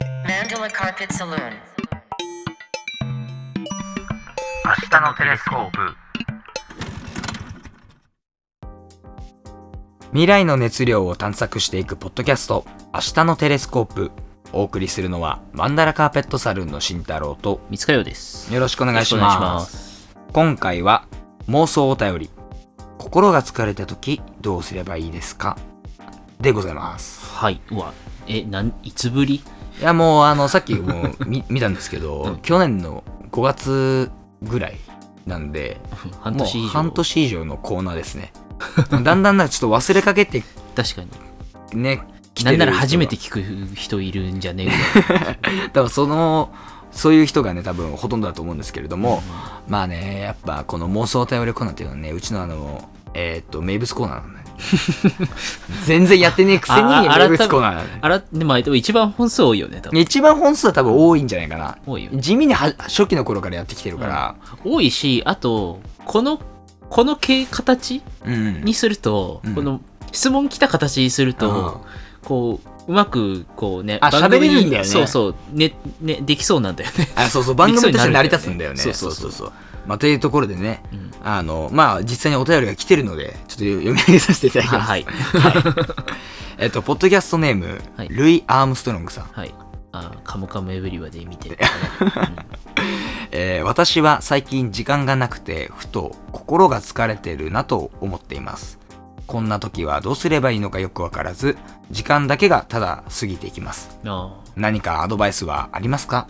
Solar Carpet Saloon. 明日のテレスコープ未来の熱量を探索していくポッドキャスト「明日のテレスコープ」お送りするのはマンダラカーペットサルーンの慎太郎と三塚洋ですよろしくおお願いします今回は妄想お便り「心が疲れた時どうすればいいですか?」でございますはいうわえなんいつぶり いやもうあのさっきもう見見たんですけど、うん去年の5月ぐらいなんで半年以上もう半年以上のコーナーですねだんだんなんかちょっと忘れかけて確かにね来てなる人がんなら初めて聞く人いるんじゃねえぐらい多分そのそういう人がね多分ほとんどだと思うんですけれども、まあねやっぱこの妄想お便りコーナーっていうのはねうちのあのえーっと名物コーナー なんだね全然やってねえくせにああ名物コーナーなんだね あらでもあれでも一番本数多いよね多分一番本数は多分多いんじゃないかな多いよ地味には初期の頃からやってきてるから、多いしあとこのこの形形うんにすると、うんこの質問来た形にすると、こううまくこうねあ番組喋にれるんだよねそうそうねねできそうなんだよ ね、あそうそう番組として成り立つんだよねそうそうそうそうまあ、というところでねうんあのまあ実際にお便りが来てるのでちょっと読み上げさせていただきます、はいえっとポッドキャストネーム、はいルイ・アームストロングさんはい。あ、カムカムエブリバディ 見てるからね。えー私は最近時間がなくてふと心が疲れてるなと思っていますこんな時はどうすればいいのかよくわからず時間だけがただ過ぎていきますうん、あ何かアドバイスはありますか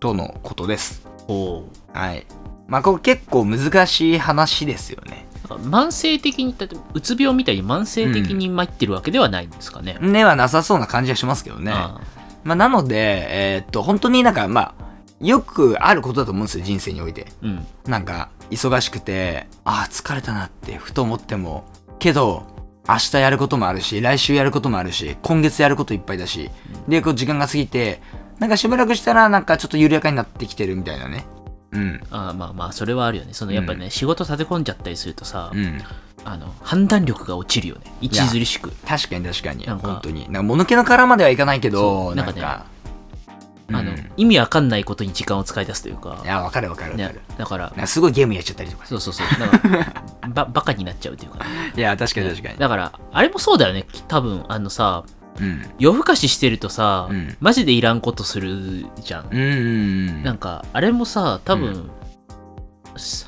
とのことですあ、おうはいまあこれ結構難しい話ですよねなんか慢性的に、例えばうつ病みたいに慢性的に参ってるわけではないんですかね。根はなさそうな感じがしますけどねあまあなのでえーっと本当になんかまあよくあることだと思うんですよ人生においてーうん。なんか忙しくてあー疲れたなってふと思ってもけど明日やることもあるし来週やることもあるし今月やることいっぱいだしでこう時間が過ぎてなんかしばらくしたらなんかちょっと緩やかになってきてるみたいなねうんああまあまあ、それはあるよね。そのやっぱね、仕事立て込んじゃったりするとさ、うんあの、判断力が落ちるよね。著しく。確かに確かになんか本当になんか物気の殻まではいかないけそどうななんかんかねうんあの、意味わかんないことに時間を使い出すというかい、やわかるわかるわかねる、だから、なんかすごいゲームやっちゃったりとかそうそうそう、だから、ば、 バカになっちゃうというか、ね、いや確かに確かにだから、あれもそうだよね。多分、あのさ、うん夜更かししてるとさ、うんマジでいらんことするじゃん、うんうんなんかあれもさ多分、う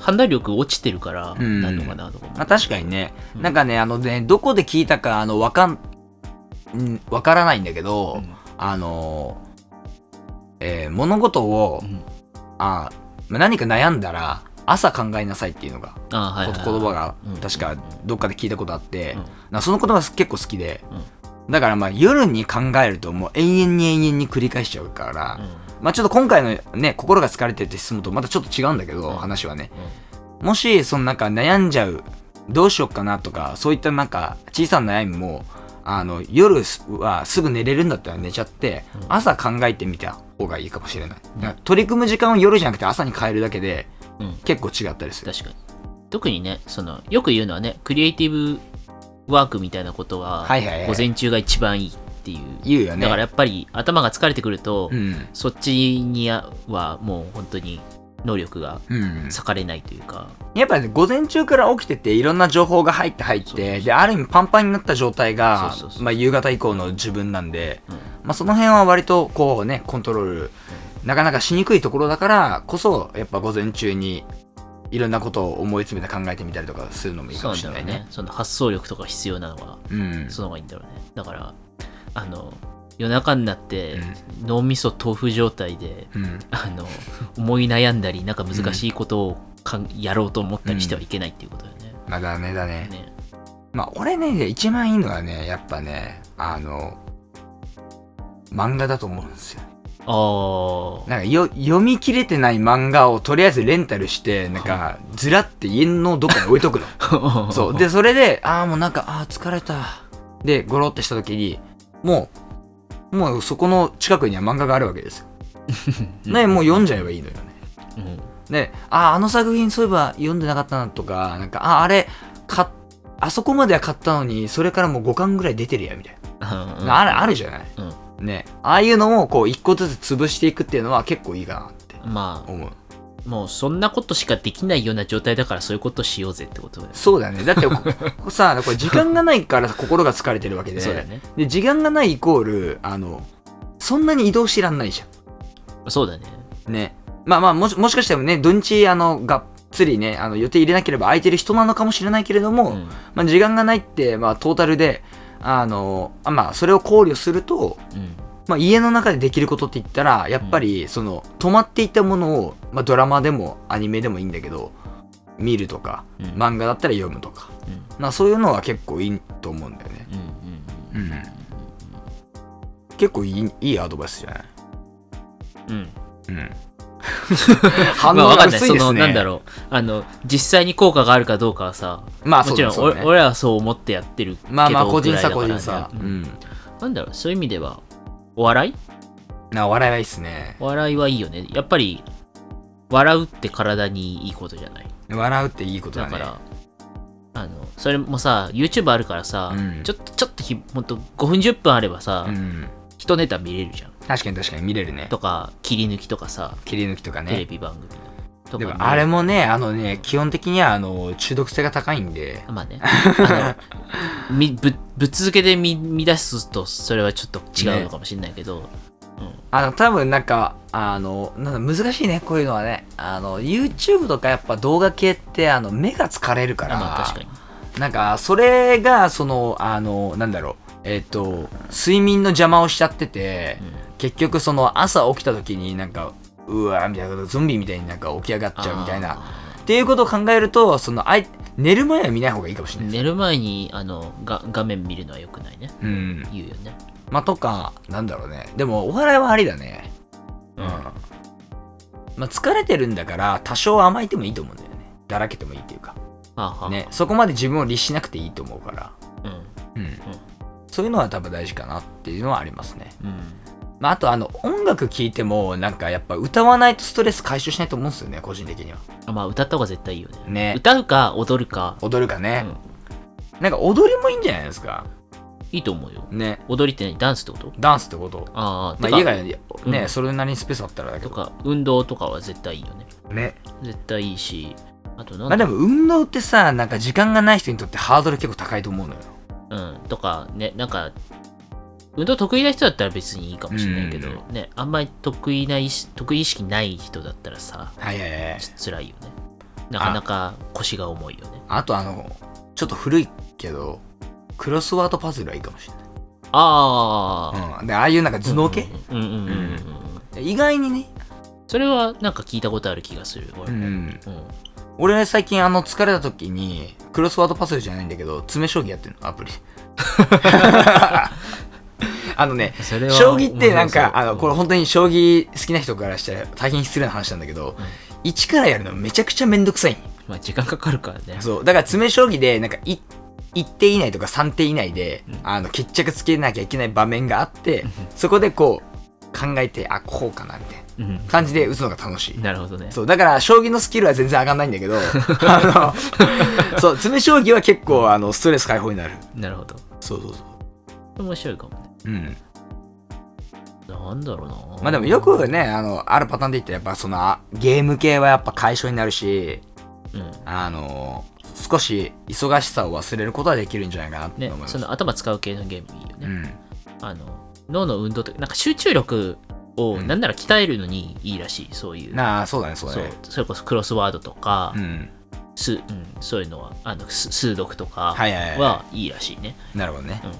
判断力落ちてるからうんなのかなとか思う、まあ、確かにね、うんなんかね、あのね、どこで聞いたか、あの、わかん、んわからないんだけど、うんあの、えー物事をう、んあまあ何か悩んだら、朝考えなさいっていうのが、あはいこはいはい言葉がうん、確か、どっかで聞いたことあって、うんなその言葉結構好きで、だからまあ、夜に考えると、もう永遠に永遠に繰り返しちゃうから、うんうんまあちょっと今回のね、心が疲れてるって質問とまたちょっと違うんだけど、うん話はね。もしそのなんか悩んじゃうどうしようかなとかそういったなんか小さな悩みもあの夜はすぐ寝れるんだったら寝ちゃって、うん朝考えてみた方がいいかもしれない、うんだから取り組む時間を夜じゃなくて朝に変えるだけでうんうん結構違ったりする確かに特にねそのよく言うのはねクリエイティブワークみたいなことは、はいはいはい午前中が一番いいっていう言うよねだからやっぱり頭が疲れてくると、うんそっちにはもう本当に能力がうん、割かれないというか、やっぱね午前中から起きてていろんな情報が入って入っそうてである意味パンパンになった状態がそうそうそうまあ、夕方以降の自分なんで、うんまあ、その辺は割とこうねコントロールなかなかしにくいところだからこそやっぱ午前中にいろんなことを思い詰めて考えてみたりとかするのもいいかそうもなんしだれろなういねね。。その発想力とか必要なのは、うん、その方がいいんだろうね。だから、あの、夜中になって、脳みそ豆腐状態で、うんあの、思い悩んだり、なんか難しいことをかんやろうと思ったりしてはいけないっていうことだよね。まあだねだね。ねまあ俺ね一番いいのはねやっぱねあの漫画だと思うんですよ。ああ、なんかよ読み切れてない漫画をとりあえずレンタルしてなんかずらって家のどっかに置いとくの。そう。で、それで、ああ、もうなんか、ああ、疲れた。で、ゴロってした時に、もう、もうそこの近くには漫画があるわけですよ。うんね、もう読んじゃえばいいのよね。うんで、ああ、あの作品そういえば読んでなかったなとか、なんか、ああ、あれ、買っあそこまでは買ったのに、それからもう5巻ぐらい出てるや、みたいな。あーある、あるじゃない、うんねああいうのをこう一個ずつ潰していくっていうのは結構いいかなってま思うあもうそんなことしかできないような状態だからそういうことしようぜってことだよねそうだよねだって ここさこれ時間がないから心が疲れてるわけでそうだよねで時間がないイコールあのそんなに移動してらんないじそうだねゃんねまあまあもしもしかしてもね土日あのがっつりねあの予定入れなければ空いてる人なのかもしれないけれども、うんまあ、時間がないって、まあ、トータルであのあまあそれを考慮するとうんまあ、家の中でできることって言ったらやっぱりその止まっていたものを、まあ、ドラマでもアニメでもいいんだけど見るとかうん漫画だったら読むとか、うんまあ、そういうのは結構いいと思うんだよね、うんうんうん結構いいいいアドバイスじゃない、うんうんうん 反応まあわがかんない薄いそですのねなんだろうあの実際に効果があるかどうかはさまあもそうちだろんそうだ俺ね俺らはそう思ってやってるけどまあまあ個人差ぐら個いだから人ね差、ううんん、なんだろうそういう意味ではお笑いな笑いはいいっすねお笑いはいいよねやっぱり笑うって体にいいことじゃない笑うっていいことだだねから、あの、それもさ、YouTube あるからさ、うんちょっと、ちょっとひ、ほんと、5分10分あればさ、うん、一ネタ見れるじゃん。確かに確かに見れるねとか、切り抜きとかさ、切り抜きとかテレねビ番組のとでもか。あれもねあのね基本的にはあの中毒性が高いんでまあね。あの、 みぶ、ぶっ続けで見見出すと、それはちょっと違うのかもしれないけど、あの、多分なんか、あの、なんだ難しいね、こういうのはね。あの、YouTube とかやっぱ動画系って、あの、目が疲れるかあら、まあ確かに。なんか、それが、その、あの、なんだろう、えっ、と、睡眠の邪魔をしちゃってて、結局その、朝起きた時になんか、うわーみたいな、ゾンビみたいになんか起き上がっちゃうみたいな。な。っていうことを考えると、その、あい寝る前は見ない方がいいかもしれない。寝る前に、あの、が画面見るのは良くないね。うん。言うよね。まあ、とか、なんだろうね。でも、お笑いはありだね。うん。まあ、疲れてるんだから、多少甘えてもいいと思うんだよね。だらけてもいいっていうか。あはあ、ね。そこまで自分を律しなくていいと思うから。うん。うん。そういうのは多分大事かなっていうのはありますね。うん。まあ、あと、あの、音楽聴いても、なんかやっぱ歌わないとストレス解消しないと思うんですよね、個人的には。あまあ、歌った方が絶対いいよね。ね。歌うか、踊るか、踊るかね、うんなんか踊りもいいんじゃないですか。いいと思うよ。ね。踊りって何ダンスってことダンスってこと。ああ、まあ、てか家がね、うんそれなりにスペースあったらだけとど。か、運動とかは絶対いいよね。ね。絶対いいし、あとまなあんでだ、も運動ってさ、なんか時間がない人にとってハードル結構高いと思うのよ。うん、とか、ね、なんか、運動得意な人だったら別にいいかもしれないけど、うね、あんまり得意な意識、得意意識ない人だったらさ、はいはいはい。ちょっと辛いよね。なかなか腰が重いよね。あとあの、ちょっと古いけど、クロスワードパズルはいいかもしれあない。あ、うん。で、ああいうなんか頭脳系、うんうんうんうんうんうん。意外にね、それはなんか聞いたことある気がする。俺もん。うん俺ね、最近あの、疲れた時に、クロスワードパズルじゃないんだけど、詰め将棋やってるの、アプリ。 あのね、それは将棋ってなんか、あの、これれ、本当に将棋好きな人からしたら大変失礼な話なんだけど、うん一からやるのめちゃくちゃめんどくさい。まあ、時間かかるからね。そう。だから詰め将棋で、なんかい、1手以内とか3手以内で、うんあの、決着つけなきゃいけない場面があってん、そこでこう、考えて、あ、こうかな、みたいうんな感じで打つのが楽しい。なるほどね。そう。だから、将棋のスキルは全然上がんないんだけど、あの、そう、詰め将棋は結構、あの、ストレス解放になる。なるほど。そうそうそ面白いかもね。う。うん。なんだろうな。まあでもよく、ね、あの、あるパターンで言ったら、やっぱその、あゲーム系はやっぱ解消になるし、うん。あの、少し忙しさを忘れることはできるんじゃないかなってね思い、ます。その頭使う系のゲームいいようね。ん。あの、脳の運動とか、なんか集中力をうんなんなら鍛えるのにいいらしい、そういう。なあ、そうだね、そうだそうね。それこそクロスワードとか、うん。すうん、そういうのは、あのす数読とかはいはいはいはいいらしいね。なるほどね。うん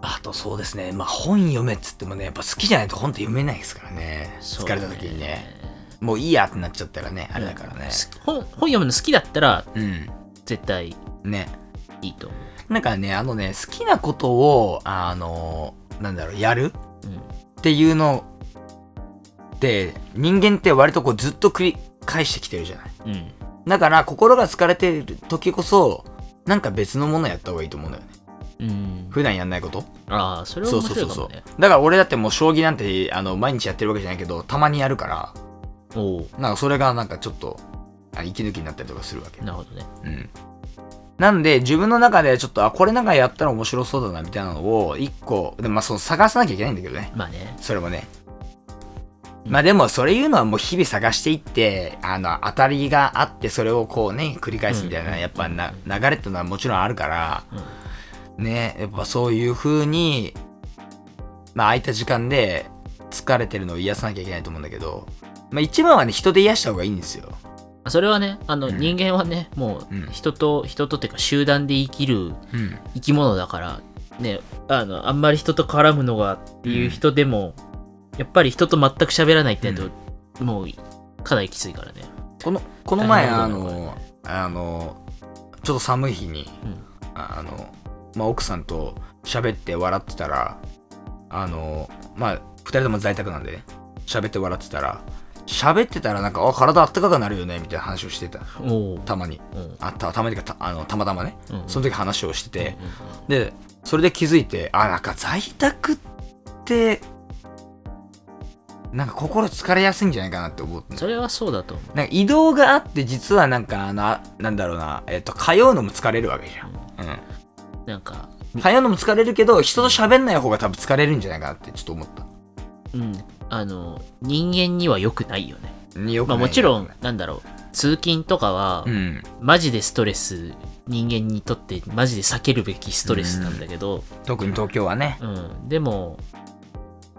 あとそうですね、まあ本読めっつってもね、やっぱ好きじゃないと本って読めないですからね。そう疲れた時にね。。もういいやってなっちゃったらね、あれだからね。す本本読むの好きだったらうん。絶対ね。いいと思う。なんかね、あのね、好きなことを、あの、なんだろう、やるうんっていうのって、人間って割とこうずっと繰り返してきてるじゃない。うん、だから心が疲れてる時こそ、なんか別のものやった方がいいと思うんだよね。うん、普段やんないことああそれはそ面うそう白そいうかそもうね。だから俺だってもう将棋なんてあの毎日やってるわけじゃないけど、たまにやるから、おおなんかそれがなんかちょっとあ息抜きになったりとかするわけ。なるほどね。うん。なんで、自分の中でちょっと、あ、これなんかやったら面白そうだな、みたいなのを、一個、でもまあ、その探さなきゃいけないんだけどね。まあね。それもね。まあでも、それ言うのはもう日々探していって、あの、当たりがあって、それをこうね、繰り返すみたいな、うんやっぱな、流れってのはもちろんあるから、うんね、やっぱそういう風に、まあ空いた時間で疲れてるのを癒さなきゃいけないと思うんだけど、まあ一番はね、人で癒した方がいいんですよ。それはね、あの、うん人間はね、もうんう、人と、人とっていうか、集団で生きるうん。生き物だから、ね、あの、あんまり人と絡むのがっていう人でも、やっぱり人と全く喋らないってなると、もう、かなりきついからね。この、この前、あ大変だなこの、あの、ちょっと寒い日に、うんあの、まあ奥さんと喋って笑ってたら、あの、まあ二人とも在宅なんでね、喋って笑ってたら、喋ってたらなんか、あ、体あったかくなるよね、みたいな話をしてた。おお。たまに。うんあった、たまにかた、あの、たまたまね。うんその時話をしてて、うんで、それで気づいて、あ、なんか在宅って、なんか心疲れやすいんじゃないかなって思ってそれはそうだと思う。なんか移動があって実はなんかあのあなんだろうな、えっと通うのも疲れるわけじゃん、なんか、うん、通うのも疲れるけど人と喋んない方が多分疲れるんじゃないかなってちょっと思ったうん、あの、人間には良くないよね。よくまなあいもちろん、なんだろう、通勤とかは、うんマジでストレス、人間にとってマジで避けるべきストレスなんだけど、特に東京はねうん、でも、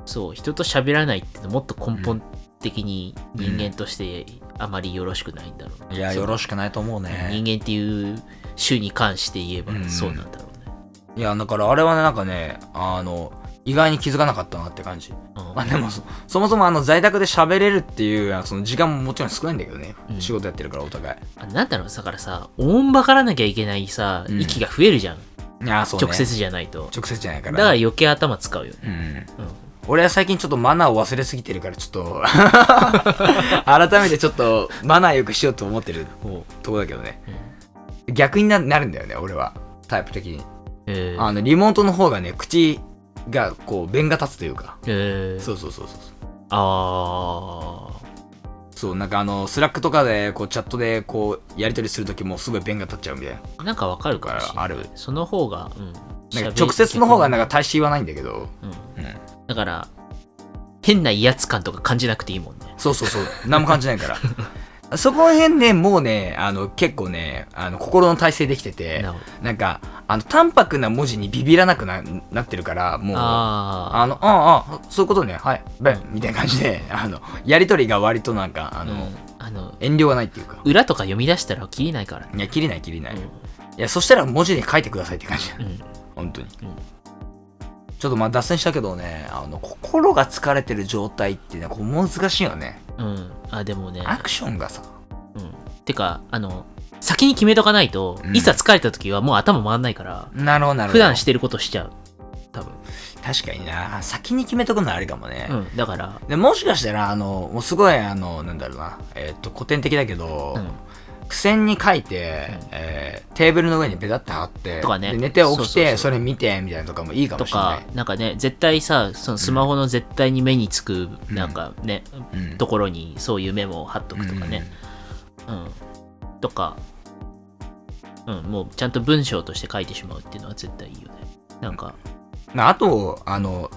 そう、人と喋らないってのもっと根本的に人間としてあまりよろしくないんだろういね、やそうよろしくないと思うね人間っていう種に関して言えばうんそうなんだろうね。いやだからあれはねなんかねあの意外に気づかなかったなって感じ、うんまあ、でもそそもそもあの在宅で喋れるっていうあのその時間ももちろん少ないんだけどね、うん仕事やってるからお互あなんだろう、だからさ、音場からなきゃいけないさ、うん息が増えるじゃん、いいやそう、ね、直接じゃないと。直接じゃないからだから余計頭使うよね。うんうん俺は最近ちょっとマナーを忘れすぎてるからちょっ と改めてちょっとマナーよくしようと思ってるおうとこだけどねうん逆にななるんだよね俺はタイプ的にえーあのリモートの方がね口がこう弁が立つというかえーそうそうそうそうそうあそうなんかあのスラックとかでこうチャットでこうやり取りするときもすごい弁が立っちゃうみたいなあなんかわかるかもしれないあるその方が、うん、なん喋か直接の方がなんか大して言わないんだけどうんうんだから変な威圧感とか感じなくていいもんねそうそうそう。何も感じないから。 そこら辺ね、もうね、あの、結構ね、あの、心の体制できててなるほ、なんか、あの、淡白な文字にビビらなくななってるから、もう、ああの、ああ、そういうことね、はい、べん、みたいな感じで、 あの、やりとりが割となんか、ああの、あの遠慮がないっていうか、裏とか読み出したら切りないからね、いや、切りない切りない。うんいや、そしたら文字に書いてくださいって感じ。うん本当に。うんちょっとまあ脱線したけどね、あの、心が疲れてる状態ってね、こう難しいよね。うん、あでもね、アクションがさ、うん、てかあの先に決めとかないと、うんいざ疲れた時はもう頭回んないからなるほどなるほど。普段してることしちゃう多分、確かにな先に決めとくのはあれかもね、うん、だから、でもしかしたらあのもうすごいあのなんだろうな、えっと古典的だけど、うん、付箋に書いて、えーテーブルの上にベタって貼ってとかねで寝て起そうきそうそてうそれ見てみたいなのとかもいいかともしれなかい、なんかね、絶対さ、そのスマホの絶対に目につく、なんかね、うんところにそういうメモを貼っとくとかね、うん。とか、うん、もうちゃんと文章として書いてしまうっていうのは絶対いいよね。なんか、うんまああとあの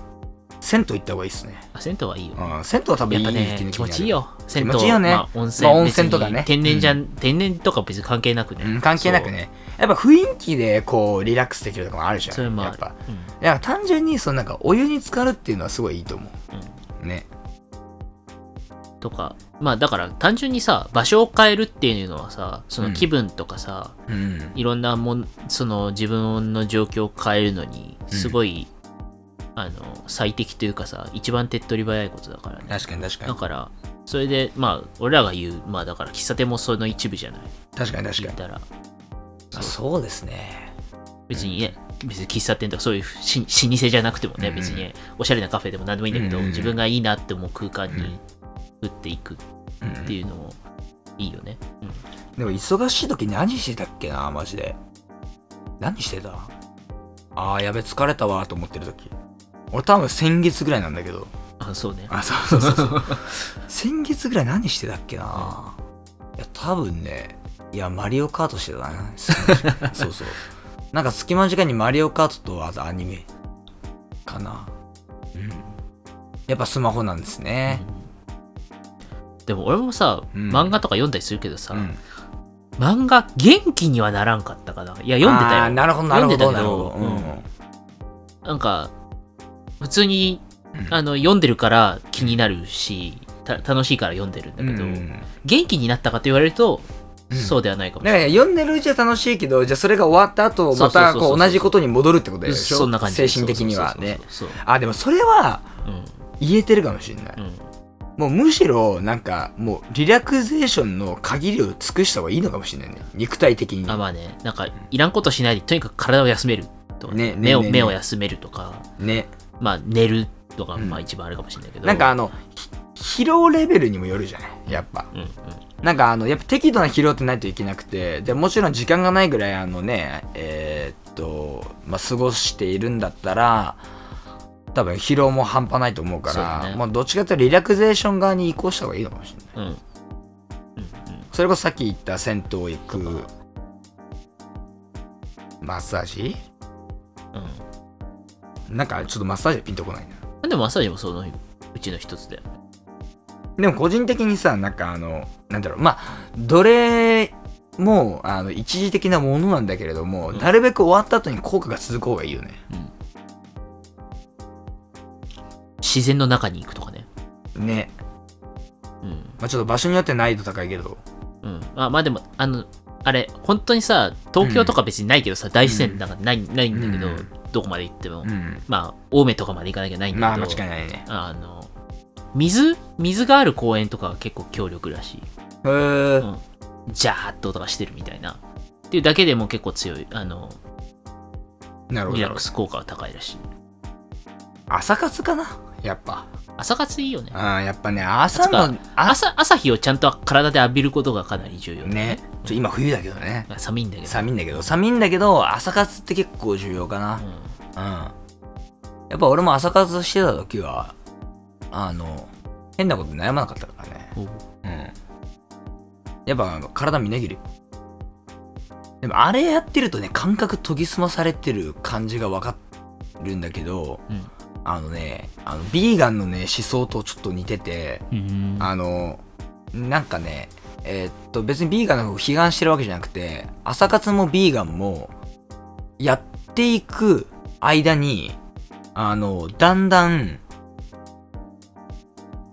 銭湯行った方がいいっすね、あ銭湯はいいよ。うん、銭湯は多分やいいっぱ引きね抜、き気に持なるちいい、よ。銭湯気持ちいいよねまあ、温泉。まあ温泉とかね別に天然じゃん、天然とか別に関係なくね。うん、関係なくねやっぱ雰囲気でこうリラックスできるとかもあるじゃんそう。それもあやるっぱいや単純にそのなんかお湯に浸かるっていうのはすごいいいと思うんうんうねとかまあだから単純にさ場所を変えるっていうのはさその気分とかさ、うんいろんなもんその自分の状況を変えるのにすごい、あの最適というかさ一番手っ取り早いことだからね確かに確かだにからそれでまあ俺らが言うまあだから喫茶店もその一部じゃない確かに確か言っにたらあそうですね別にね別に喫茶店とかそういうし老舗じゃなくてもねうん別にねおしゃれなカフェでも何でもいいんだけどうん自分がいいなって思う空間うんに打っていくっていうのもいいよね、うん、でも忙しい時何してたっけなマジで何してたあーやべ疲れたわーと思ってる時俺多分先月ぐらいなんだけどあそうねあそうそうそうそう先月ぐらい何してたっけな、いや多分ねいや、マリオカートしてたな。 そうそう。なんか隙間時間にマリオカートと、あとアニメかな。うん。やっぱスマホなんですね。でも俺もさ、うん漫画とか読んだりするけどさ、うん。漫画元気にはならんかったかないや読んであたーよなるほど、なるほど、な読んでたるけほどど。うん。なんか普通にうんあの読んでるから気になるした楽しいから読んでるんだけど、うん元気になったかと言われると、うんそうではないかもしだれかないら読んでるうちは楽しいけど、じゃあそれが終わった後、そうまそうそうたそうこう同じことに戻るってことでしょそんな感じ精神的にはね。そうそうあ、でもそれはそうそう言えてるかもしれない。うんうんもうむしろ、なんか、もうリラクゼーションの限りを尽くした方がいいのかもしれないね。肉体的に。あまあねなんかいらんことしないでとにかく体を休めるとか、ねね目をねね目を休めるとかね。まあ寝るとか、うんまあ一番あるかもしれないけどなんかあの、ひ疲労レベルにもよるじゃないやっぱ。うんうんなんかあの、やっぱ適度な疲労ってないといけなくて、で、もちろん時間がないぐらいあのね、えーっと、まあ、過ごしているんだったら、多分疲労も半端ないと思うかそうだら、ねまあどっちかというとリラクゼーション側に移行した方がいいのかもしれない。うんうんそれこそさっき言った銭湯行く、マッサージうんなんかちょっとマッサージはピンとこないな。うんでもマッサージもそのうちの一つででも個人的にさ、なんかあの、なんだろう、まあ、どれも、あの、一時的なものなんだけれども、うんなるべく終わった後に効果が続く方がいいよね。自然の中に行くとかねね。うんまあ、ちょっと場所によって難易度高いけど。うん、まあまあでもあのあれ本当にさ東京とか別にないけどさ、大自然なんかない,、ないんだけど、うんどこまで行っても、うん。まあ青梅とかまで行かなきゃないんまだあ、けど、間違いないね。あの水水がある公園とかは結構強力らしいへージャーッと音がしてるみたいなっていうだけでも結構強いあのなるほどリなるほラックど。ス効果は高いらしい朝活かなやっぱ。朝活いいよねああ、やっぱね、朝の、朝、朝朝日をちゃんと体で浴びることがかなり重要だね。ちょ今冬だけどね。寒いんだけど、寒いんだけど、寒いんだけど、朝活って結構重要かな。うんうん。やっぱ俺も朝活してた時は、あの、変なこと悩まなかったからね。おううん。やっぱあの体みなぎるよ。でもあれやってるとね、感覚研ぎ澄まされてる感じがわかるんだけど、うんあのね、あの、ビーガンのね、思想とちょっと似てて、うんあの、なんかね、えーっと、別にビーガンの方を批判してるわけじゃなくて、朝活もビーガンも、やっていく間に、あの、だんだん、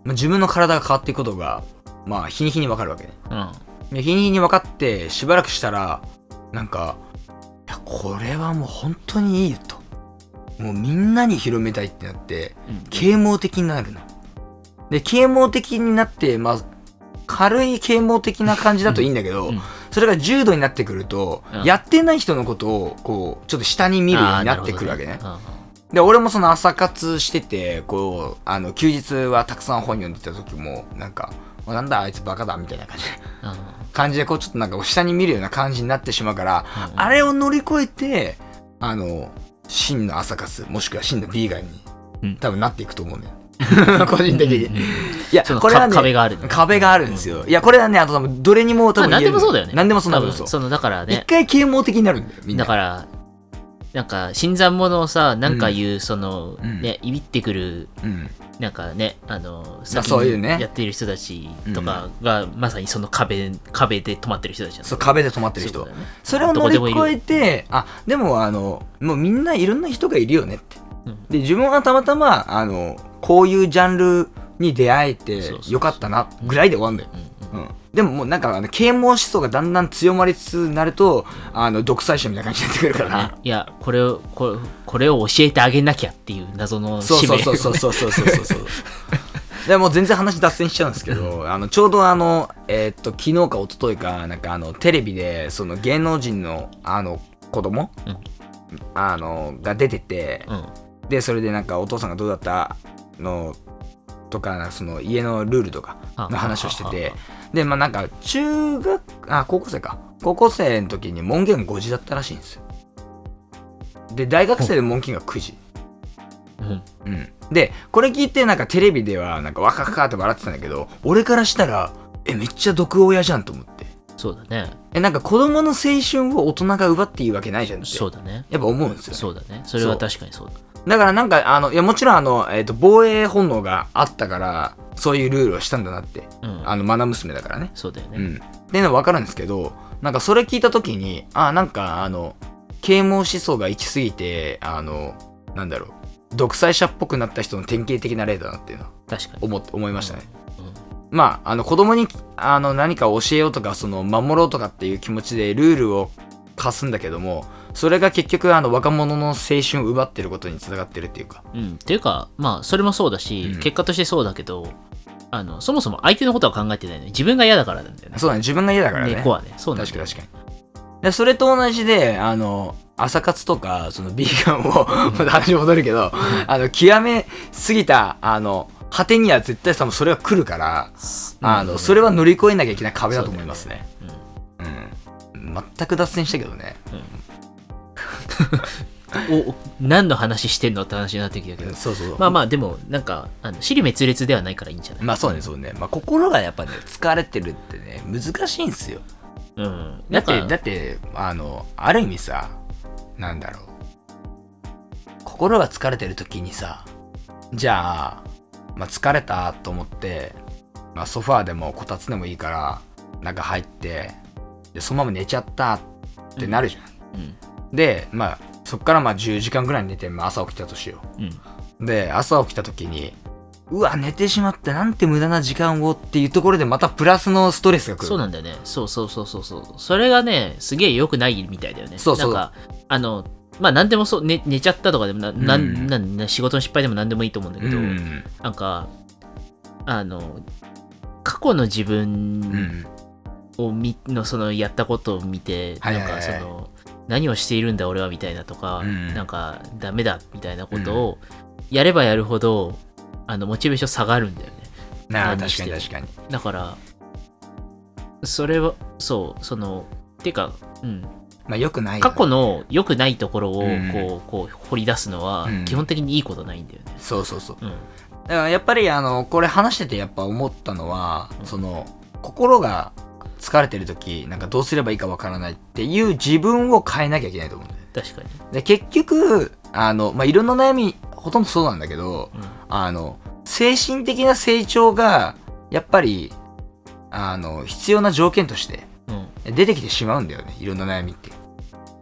まあ自分の体が変わっていくことが、まあ、日に日にわかるわけね。うんで日に日に分かって、しばらくしたら、なんか、いや、これはもう本当にいいと。もうみんなに広めたいってなって、うん啓蒙的になるの。で、啓蒙的になって、まあ、軽い啓蒙的な感じだといいんだけど、うんそれが重度になってくると、うんやってない人のことを、こう、ちょっと下に見るようになってくるわけね。あーなほどねで、俺もその朝活してて、こう、あの、休日はたくさん本読んでた時も、なんか、おなんだあいつバカだみたいな感じ。うんうん感じで、こう、ちょっとなんか下に見るような感じになってしまうから、うんあれを乗り越えて、あの、真の朝活、もしくは真のビーガンに、うん多分なっていくと思うね。 個人的に。うんいや、そのこれはね、か壁があるね壁があるんですよ。いや、これはね、あと多分どれにも多ま分あ言何えでるもそうだよね。何でもそう、何多でも分そう。そのだから一ね、回啓蒙的になるんだよ、みんな。だから、なんか、新参者をさ、なんか言う、その、うんね、いびってくる、うん。なんかね、あの、まあそういうねやっている人たちとかが、まさにその壁、壁で止まってる人たちなんだそう、壁で止まってるそ人うだ。よねそれを乗どこりでもいる越えて、あ、でもあの、もうみんないろんな人がいるよねってうん。で、自分はたまたま、あの、こういうジャンルに出会えてそうそうそうよかったな、ぐらいで終わんだよ。うんうん。でももうなんか、あの、啓蒙思想がだんだん強まりつつなると、あの、独裁者みたいな感じになってくるかうんね ら。いや、これを、これこれを教えてあげなきゃっていう謎のそう使そう命そうそうそうそうそうそう。 でもう全然話脱線しちゃうんですけど、あのちょうどあの、えーっと昨日か一昨日かなんかあのテレビでその芸能人のあの子供、うんあのが出てて、うん。でそれでなんかお父さんがどうだったのとかなんかその家のルールとかの話をしててでまあなんか中学あ高校生か高校生の時に門限5時だったらしいんですよで大学生で門限が9時うん。うん、でこれ聞いてなんかテレビではなんかわかかって笑ってたんだけど俺からしたらえめっちゃ毒親じゃんと思ってそうだねえなんか子供の青春を大人が奪っていいわけないじゃんってそうだねやっぱ思うんですよ、ね、そうだねそれは確かにそうだだからなんかあのいやもちろんあの、えー、と防衛本能があったからそういうルールをしたんだなって、うんあのマナ娘だからねそうだよね、うんっていうのは分かるんですけどなんかそれ聞いた時にあなんかあの啓蒙思想が行き過ぎてあのなんだろう独裁者っぽくなった人の典型的な例だなっていうのは確かに思っ思いましたね、うんうんまああの子供にあの何かを教えようとかその守ろうとかっていう気持ちでルールを課すんだけどもそれが結局あの若者の青春を奪ってることにつながってるっていうかうん、っていうか、まあ、それもそうだし、うん結果としてそうだけど、あの、そもそも相手のことは考えてないのに、自分が嫌だからなんだよね。そうだね自分が嫌だからね猫はね、そうなんだ確よかに確かにでそれと同じであの朝活とかそのビーガンを また話戻るけどあの極めすぎたあの果てには絶対多分それは来るからあのそれは乗り越えなきゃいけない壁だと思いますねうんうん全く脱線したけどねおお何の話してんのって話になってきたけど、そうそうそうままああまあ、でも、なんか、あの尻滅裂ではないからいいんじゃない、そうねそうね、まあ、心がやっぱね疲れてるってね難しいんすようん。だってなんだかってあのある意味さなんだろう心が疲れてる時にさじゃあ、まあ、疲れたと思って、まあ、ソファーでもこたつでもいいから中入ってでそのまま寝ちゃったってなるじゃん、うん。でまあそっからまあ10時間ぐらい寝て、まあ、朝起きたとしよううん。で朝起きた時にうわ寝てしまってなんて無駄な時間をっていうところでまたプラスのストレスが来るそうなんだよね。そうそうそうそうそう。それがね、すげえ良くないみたいだよね。そうそうなんか、あの、まあ何でもそう、ね、寝ちゃったとかでもな、なうんんなんな仕事の失敗でも何でもいいと思うんだけうど、んなんか、あの、過去の自う分んをみ、の、その、やったことを見て、はいはいはいなんか、その、何をしているんだ俺はみたいなとか、うんなんか、ダメだみたいなことを、やればやるほど、あの、モチベーション下がるんだよね。なあ何確してかにる確かにだから、それは、そう、その、てか、うん、まあ、よくないよね過去の良くないところをこう,、うんこう掘り出すのはうん基本的にいいことないんだよね。そうそうそううん、だからやっぱりあのこれ話しててやっぱ思ったのは、うんその心が疲れてる時なんかどうすればいいかわからないっていう自分を変えなきゃいけないと思うんだよ確かに。で結局あの、まあ、いろんな悩みほとんどそうなんだけどうんあの精神的な成長がやっぱりあの必要な条件としてうん、出てきてしまうんだよねいろんな悩みって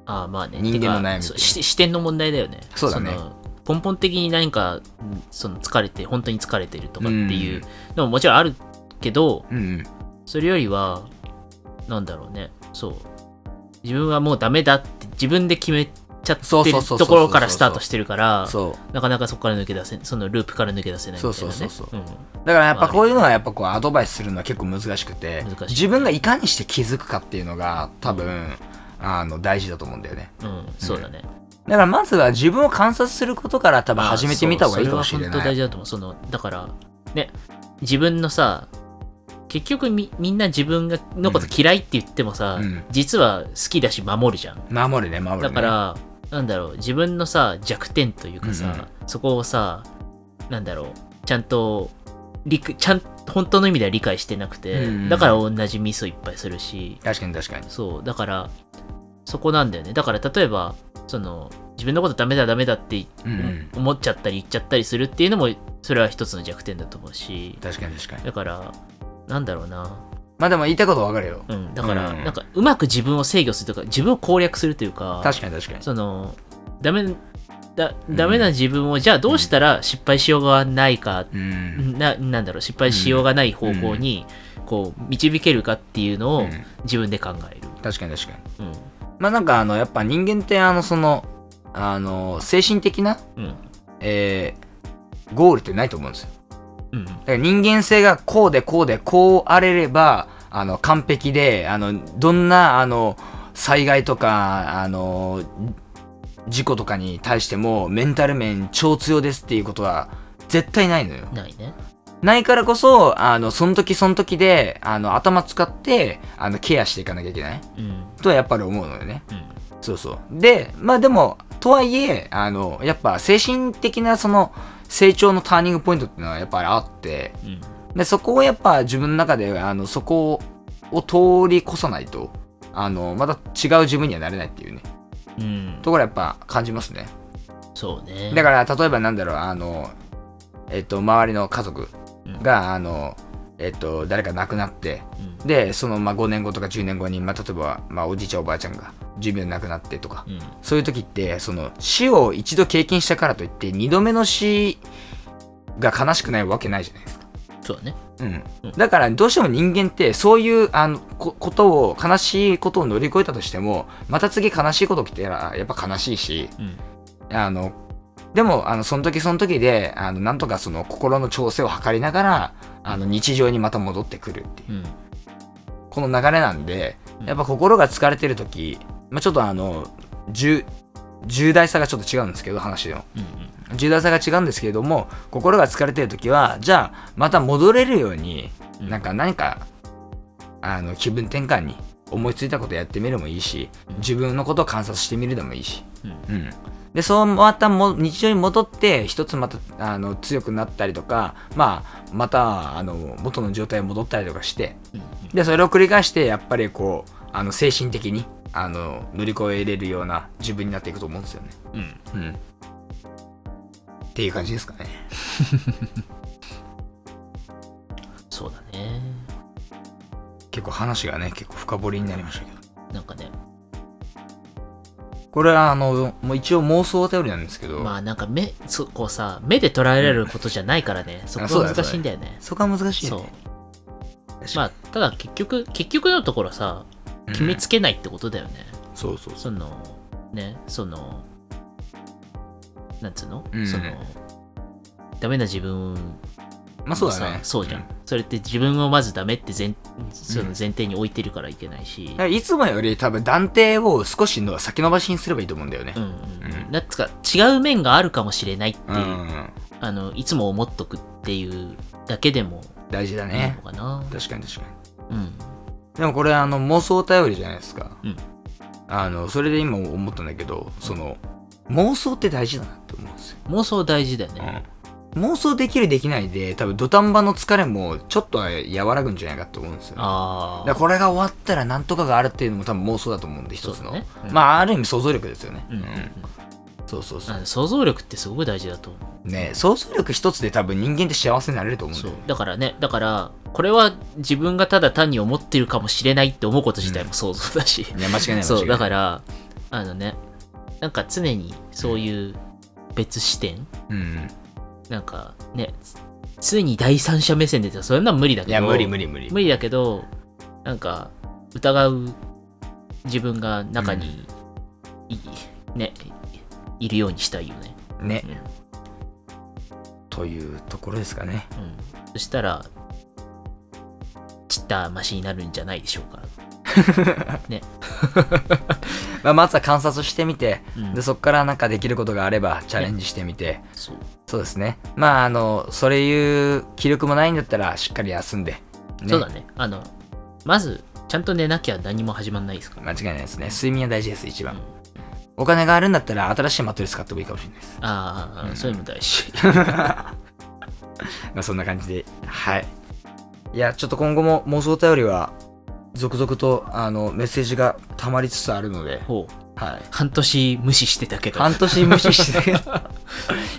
ああまあね人間のてか悩みそうし視点の問題だよねそうだねの根本的に何かうんその疲れて本当に疲れてるとかっていううのももちろんあるけどうんうんそれよりはなんだろうねそう自分はもうダメだって自分で決めちゃっそうてそうるそうそうそうそうところからスタートしてるからそうなかなかそこから抜け出せそのループから抜け出せないみたいな、ね、そうそうそうそんだからやっぱこういうのはやっぱこうアドバイスするのは結構難しくて難しい自分がいかにして気づくかっていうのが多分あの大事だと思うんだよねうん、そうだね、だからまずは自分を観察することから多分あー始めてみた方がいいかもしれそうそれは本当な大い事だと思うそのだからね自分のさ結局みみんな自分がのこと嫌いって言ってもさ、うん実は好きだし守るじゃん、守るね守るねだからなんだろう自分のさ弱点というかさ、そこをさなんだろうちゃんと理解ちゃん本当の意味では理解してなくて、うんうんだから同じミスをいっぱいするし確かに確かにそうだからそこなんだよねだから例えばその自分のことダメだダメだってうんうん思っちゃったり言っちゃったりするっていうのもそれは一つの弱点だと思うし確かに確かにだからなんだろうなまあでも言いたいことわかるようんだからうんなんかうまく自分を制御するとか自分を攻略するというか確かに確かにそのダメだダメな自分をじゃあどうしたら失敗しようがないか、うんななんだろう失敗しようがない方向にこう導けるかっていううのをん自分で考える、確かに確かにうんまあなんかあのやっぱ人間ってあのそのあの精神的なうんえーゴールってないと思うんですようん、だから人間性がこうでこうでこうあれればあの完璧であのどんなあの災害とかあの事故とかに対してもメンタル面超強ですっていうことは絶対ないのよ。ないねないからこそあのその時その時であの頭使ってあのケアしていかなきゃいけないうんとはやっぱり思うのよね。うんそうそう。で、まあでも、とはいえ、あの、やっぱ精神的なその成長のターニングポイントっていうのはやっぱりあって、うんでそこをやっぱ自分の中であのそこをを通り越さないと、あの、また違う自分にはなれないっていうね、うん。ところはやっぱ感じますね。そうね。だから、例えばなんだろう、あの、えっと、周りの家族が、あの、えっと、誰か亡くなって、うんで、その、まあ、5年後とか10年後に、まあ、例えば、まあ、おじいちゃんおばあちゃんが寿命亡くなってとか、うん。そういう時って、その、死を一度経験したからといって、二度目の死が悲しくないわけないじゃないですか。そうね。うんうん、だからどうしても人間ってそういうあのこことを悲しいことを乗り越えたとしてもまた次悲しいこと起きたらやっぱ悲しいしうん。あのでもあのその時その時であのなんとかその心の調整を図りながらあの日常にまた戻ってくるっていううん。この流れなんでうんやっぱ心が疲れてる時、まあ、ちょっとあの重重大さがちょっと違うんですけど話のうん。重大さが違うんですけれども心が疲れてる時はじゃあまた戻れるようにうんなんか何かあの気分転換に思いついたことやってみるもいいし自分のことを観察してみるでもいいし、うんうん、でそうまたも日常に戻って一つまたあの強くなったりとか、まあ、またあの元の状態に戻ったりとかしてうん。でそれを繰り返してやっぱりこうあの精神的にあの乗り越えれるような自分になっていくと思うんですよね。うん。うん。うん、っていう感じですかね。そうだね。結構話がね結構深掘りになりましたけど。なんかね、これはあのもう一応妄想お便りなんですけど、まあなんか目、そこうさ、目で捉えられることじゃないからね、そこそうだはよ難しいんだよね。そこは難しいねそう。確まかあ、ただ結局、結局のところさ、に決めつけないってことだよね。うんそうそうそその、ね、その、なんつうの、うんその、ダメな自分うまあそうだもねさそうじゃん、んそれって自分をまずダメって前その前提に置いてるからいけないし、だからいつもより多分断定を少しの先延ばしにすればいいと思うんだよねうんうんううんん、なんつうか違う面があるかもしれないっていう、うん、あのいつも思っとくっていうだけでも大事だいいのねかな、確かに確かにうんでもこれあの妄想お便りじゃないですか、うんあのそれで今思ったんだけどその妄想って大事だなって思うんですよ、妄想大事だよね、うん妄想できるできないで多分土壇場の疲れもちょっとは和らぐんじゃないかと思うんですよねあだからあこれが終わったらなんとかがあるっていうのも多分妄想だと思うんで一つそうの、だねうんまあある意味想像力ですよね、うんうんううんんそうそうそあうの想像力ってすごく大事だと思うね想像力一つで多分人間って幸せになれると思うんだそうよねだからねだからこれは自分がただ単に思ってるかもしれないって思うこと自体も想像だし、いや間違いない間違いない、そうだかららあのねなんか常にそういう別視点、うんうん、なんかね常に第三者目線でってそんなの無理だけいやど無理無理理無理だけどなんか疑う自分が中にい,い、ねいるようにしたいよね、ねうんというところですかねうんそしたらちったましになるんじゃないでしょうか、まあ、まずは観察してみて、うんでそこからなんかできることがあればチャレンジしてみて、そうそうですねまああのそれいう気力もないんだったらしっかり休んで、ねそうだねあのまずちゃんと寝なきゃ何も始まんないですから、間違いないですね睡眠は大事です一番、うんお金があるんだったら新しいマットレス買ってもいいかもしれないですああ、うんそういうのも大事まあそんな感じで、はい。いや、ちょっと今後も妄想お便りは、続々とあのメッセージが溜まりつつあるので、ほう はい。半年無視してたけど半年無視 して、い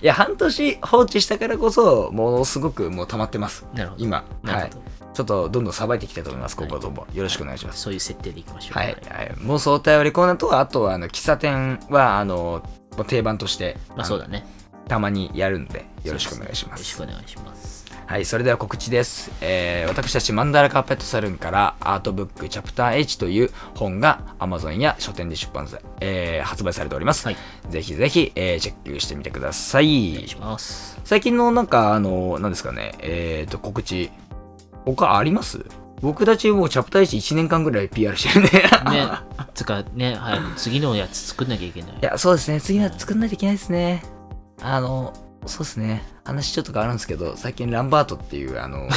や、半年放置したからこそ、ものすごくもう溜まってます。なるほど今、なはるいほ。ど、ちょっとどんどんさばいていきたいと思います、今後とも。よろしくお願いします。そういう設定でいきましょうはい。はい妄想お便りコーナーと、あとは、あの、喫茶店は、あの、もう定番として、まあそうだねあのたまにやるんで、よろしくお願いしよまろすし。くお願いしますはい、それでは告知です。えー私たちマンダラカーペットサルーンからアートブックチャプター H という本が Amazon や書店で出版さ、えー発売されております。はいぜひぜひ、えーチェックしてみてくださお願いいし。ます最近のなんか、あの、なんですかね、えっ、と、告知、他あります僕たちもうチャプター H1 年間ぐらい PR してるね。ねつかね早く次のやつ作んなきゃいけない いや、そうですね、次は作んないといけないですね。あの、そうですね、話ちょっと変わるんですけど、最近ランバートっていう、あ の、はい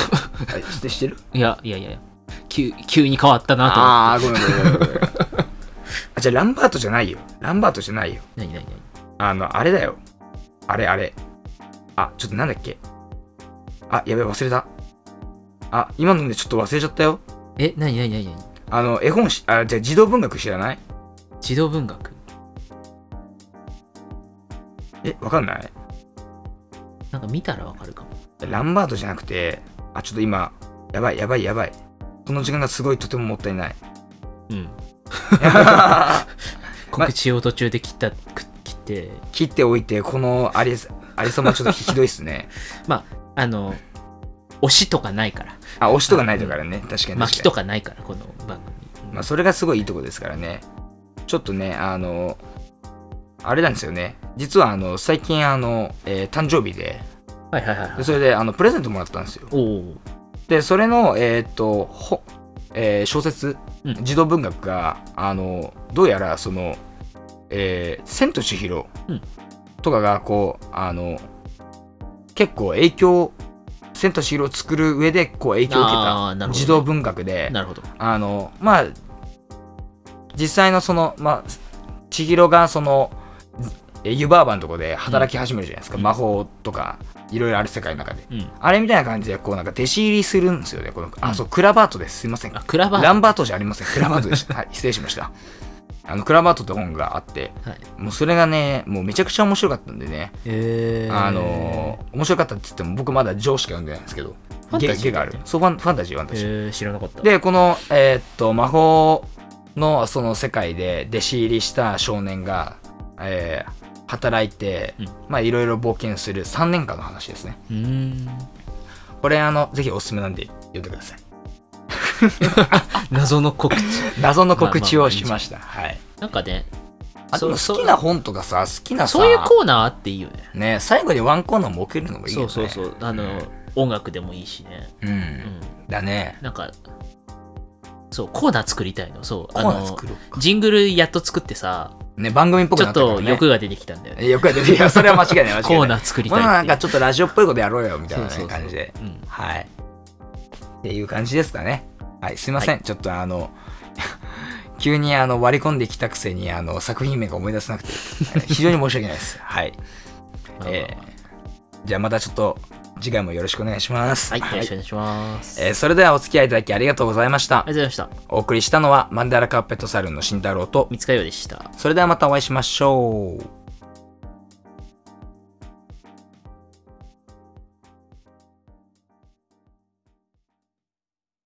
知って知ってるいやいやいやいや急急に変わったなああー、ごめんごめんごめんごめん。 あ、じゃあランバートじゃないよ。ランバートじゃないよ。と思って何何何あの、あれだよ。あれあれ。あ、ちょっとなんだっけ。あ、やべ、忘れた。あ、今のでちょっと忘れちゃったよ。え、なになになになにあの、絵本し、あ、じゃあ児童文学知らない児童文学え、わかんないなんか見たらわかるかも。ランバートじゃなくて、あ、ちょっと今、やばいやばいやばい。この時間がすごいとてももったいない。 うん。告知を途中で切った、く切って、切っておいて、このありさ、ありさまちょっとひどいっすね。あの、推しとかないから、あ、推しとかないとからね。確かに巻確きかとかないから、この番組。に。まあ、それがすごいいいとこですからね。ちょっとね、あの、あれなんですよね。実は、あの、最近、あの、えー誕生日で、はいはいはいはでい。それで、あの、プレゼントもらったんですよ。おお。でそれのえーっとほ、えー小説、うん児童文学があのどうやらその「えー千と千尋うん」とかがこうあの結構影響「千と千尋」を作る上でこう影響を受けあーたなるほど児童文学でなるほど。あのまあ実際のその、まあ、千尋がそのえ湯婆婆のとこで働き始めるじゃないですか、うん魔法とかいろいろある世界の中で。うん。あれみたいな感じで、こうなんか弟子入りするんですよね。このうあ、んそう、クラバートです。すいません。あ、クラバーランバートじゃありません。クラバートでした。はい、失礼しました。あの、クラバートって本があって、はい。もうそれがね、もうめちゃくちゃ面白かったんでね、えー、あのー、面白かったって言っても僕まだ上しか読んでないんですけど、ファンタジーだっゲけゲがある。そう、ファンファンタジー、ファンタジー。えー、知らなかった。で、この、えーっと、魔法のその世界で弟子入りした少年が、えー働いて、うんまあいろいろ冒険する3年間の話ですね。うーん。これあの、ぜひおすすめなんで読んでください。謎の告知。謎の告知をしました。はい。なんかね、あでもそう好きな本とかさ、好きなさ、そういうコーナーあっていいよね。ね、最後にワンコーナー設けるのもいいよそね。うそうそう。あの、音楽でもいいしね。うん。うん。だね。なんか、そう、コーナー作りたいの。そう。コーあナーの作、ろうか。ジングルやっと作ってさ、ね、番組っぽくちなょっったから、とね。欲が出てきたんだよね。欲が出てる。いや、それは間違いない、間違いない。コーナー作りもうたないんっていかう。ちょっとラジオっぽいことやろうよ、みたいな、ね、そうそうそう感じで。うんはい。っていう感じですかね。はい、すいません。ちょっとあの、 急にあの割り込んできたくせにあの作品名が思い出せなくて、はい非常に申し訳ないです。はい。まあまあまあえじゃあまたちょっと次回もよろしくお願いします。はい、よろしくお願いします。えーそれではお付き合いいただきありがとうございましたあ。りがとうございました。お送りしたのはマンダラカーペットサルンの慎太郎と、三塚洋でした。それではまたお会いしましょう。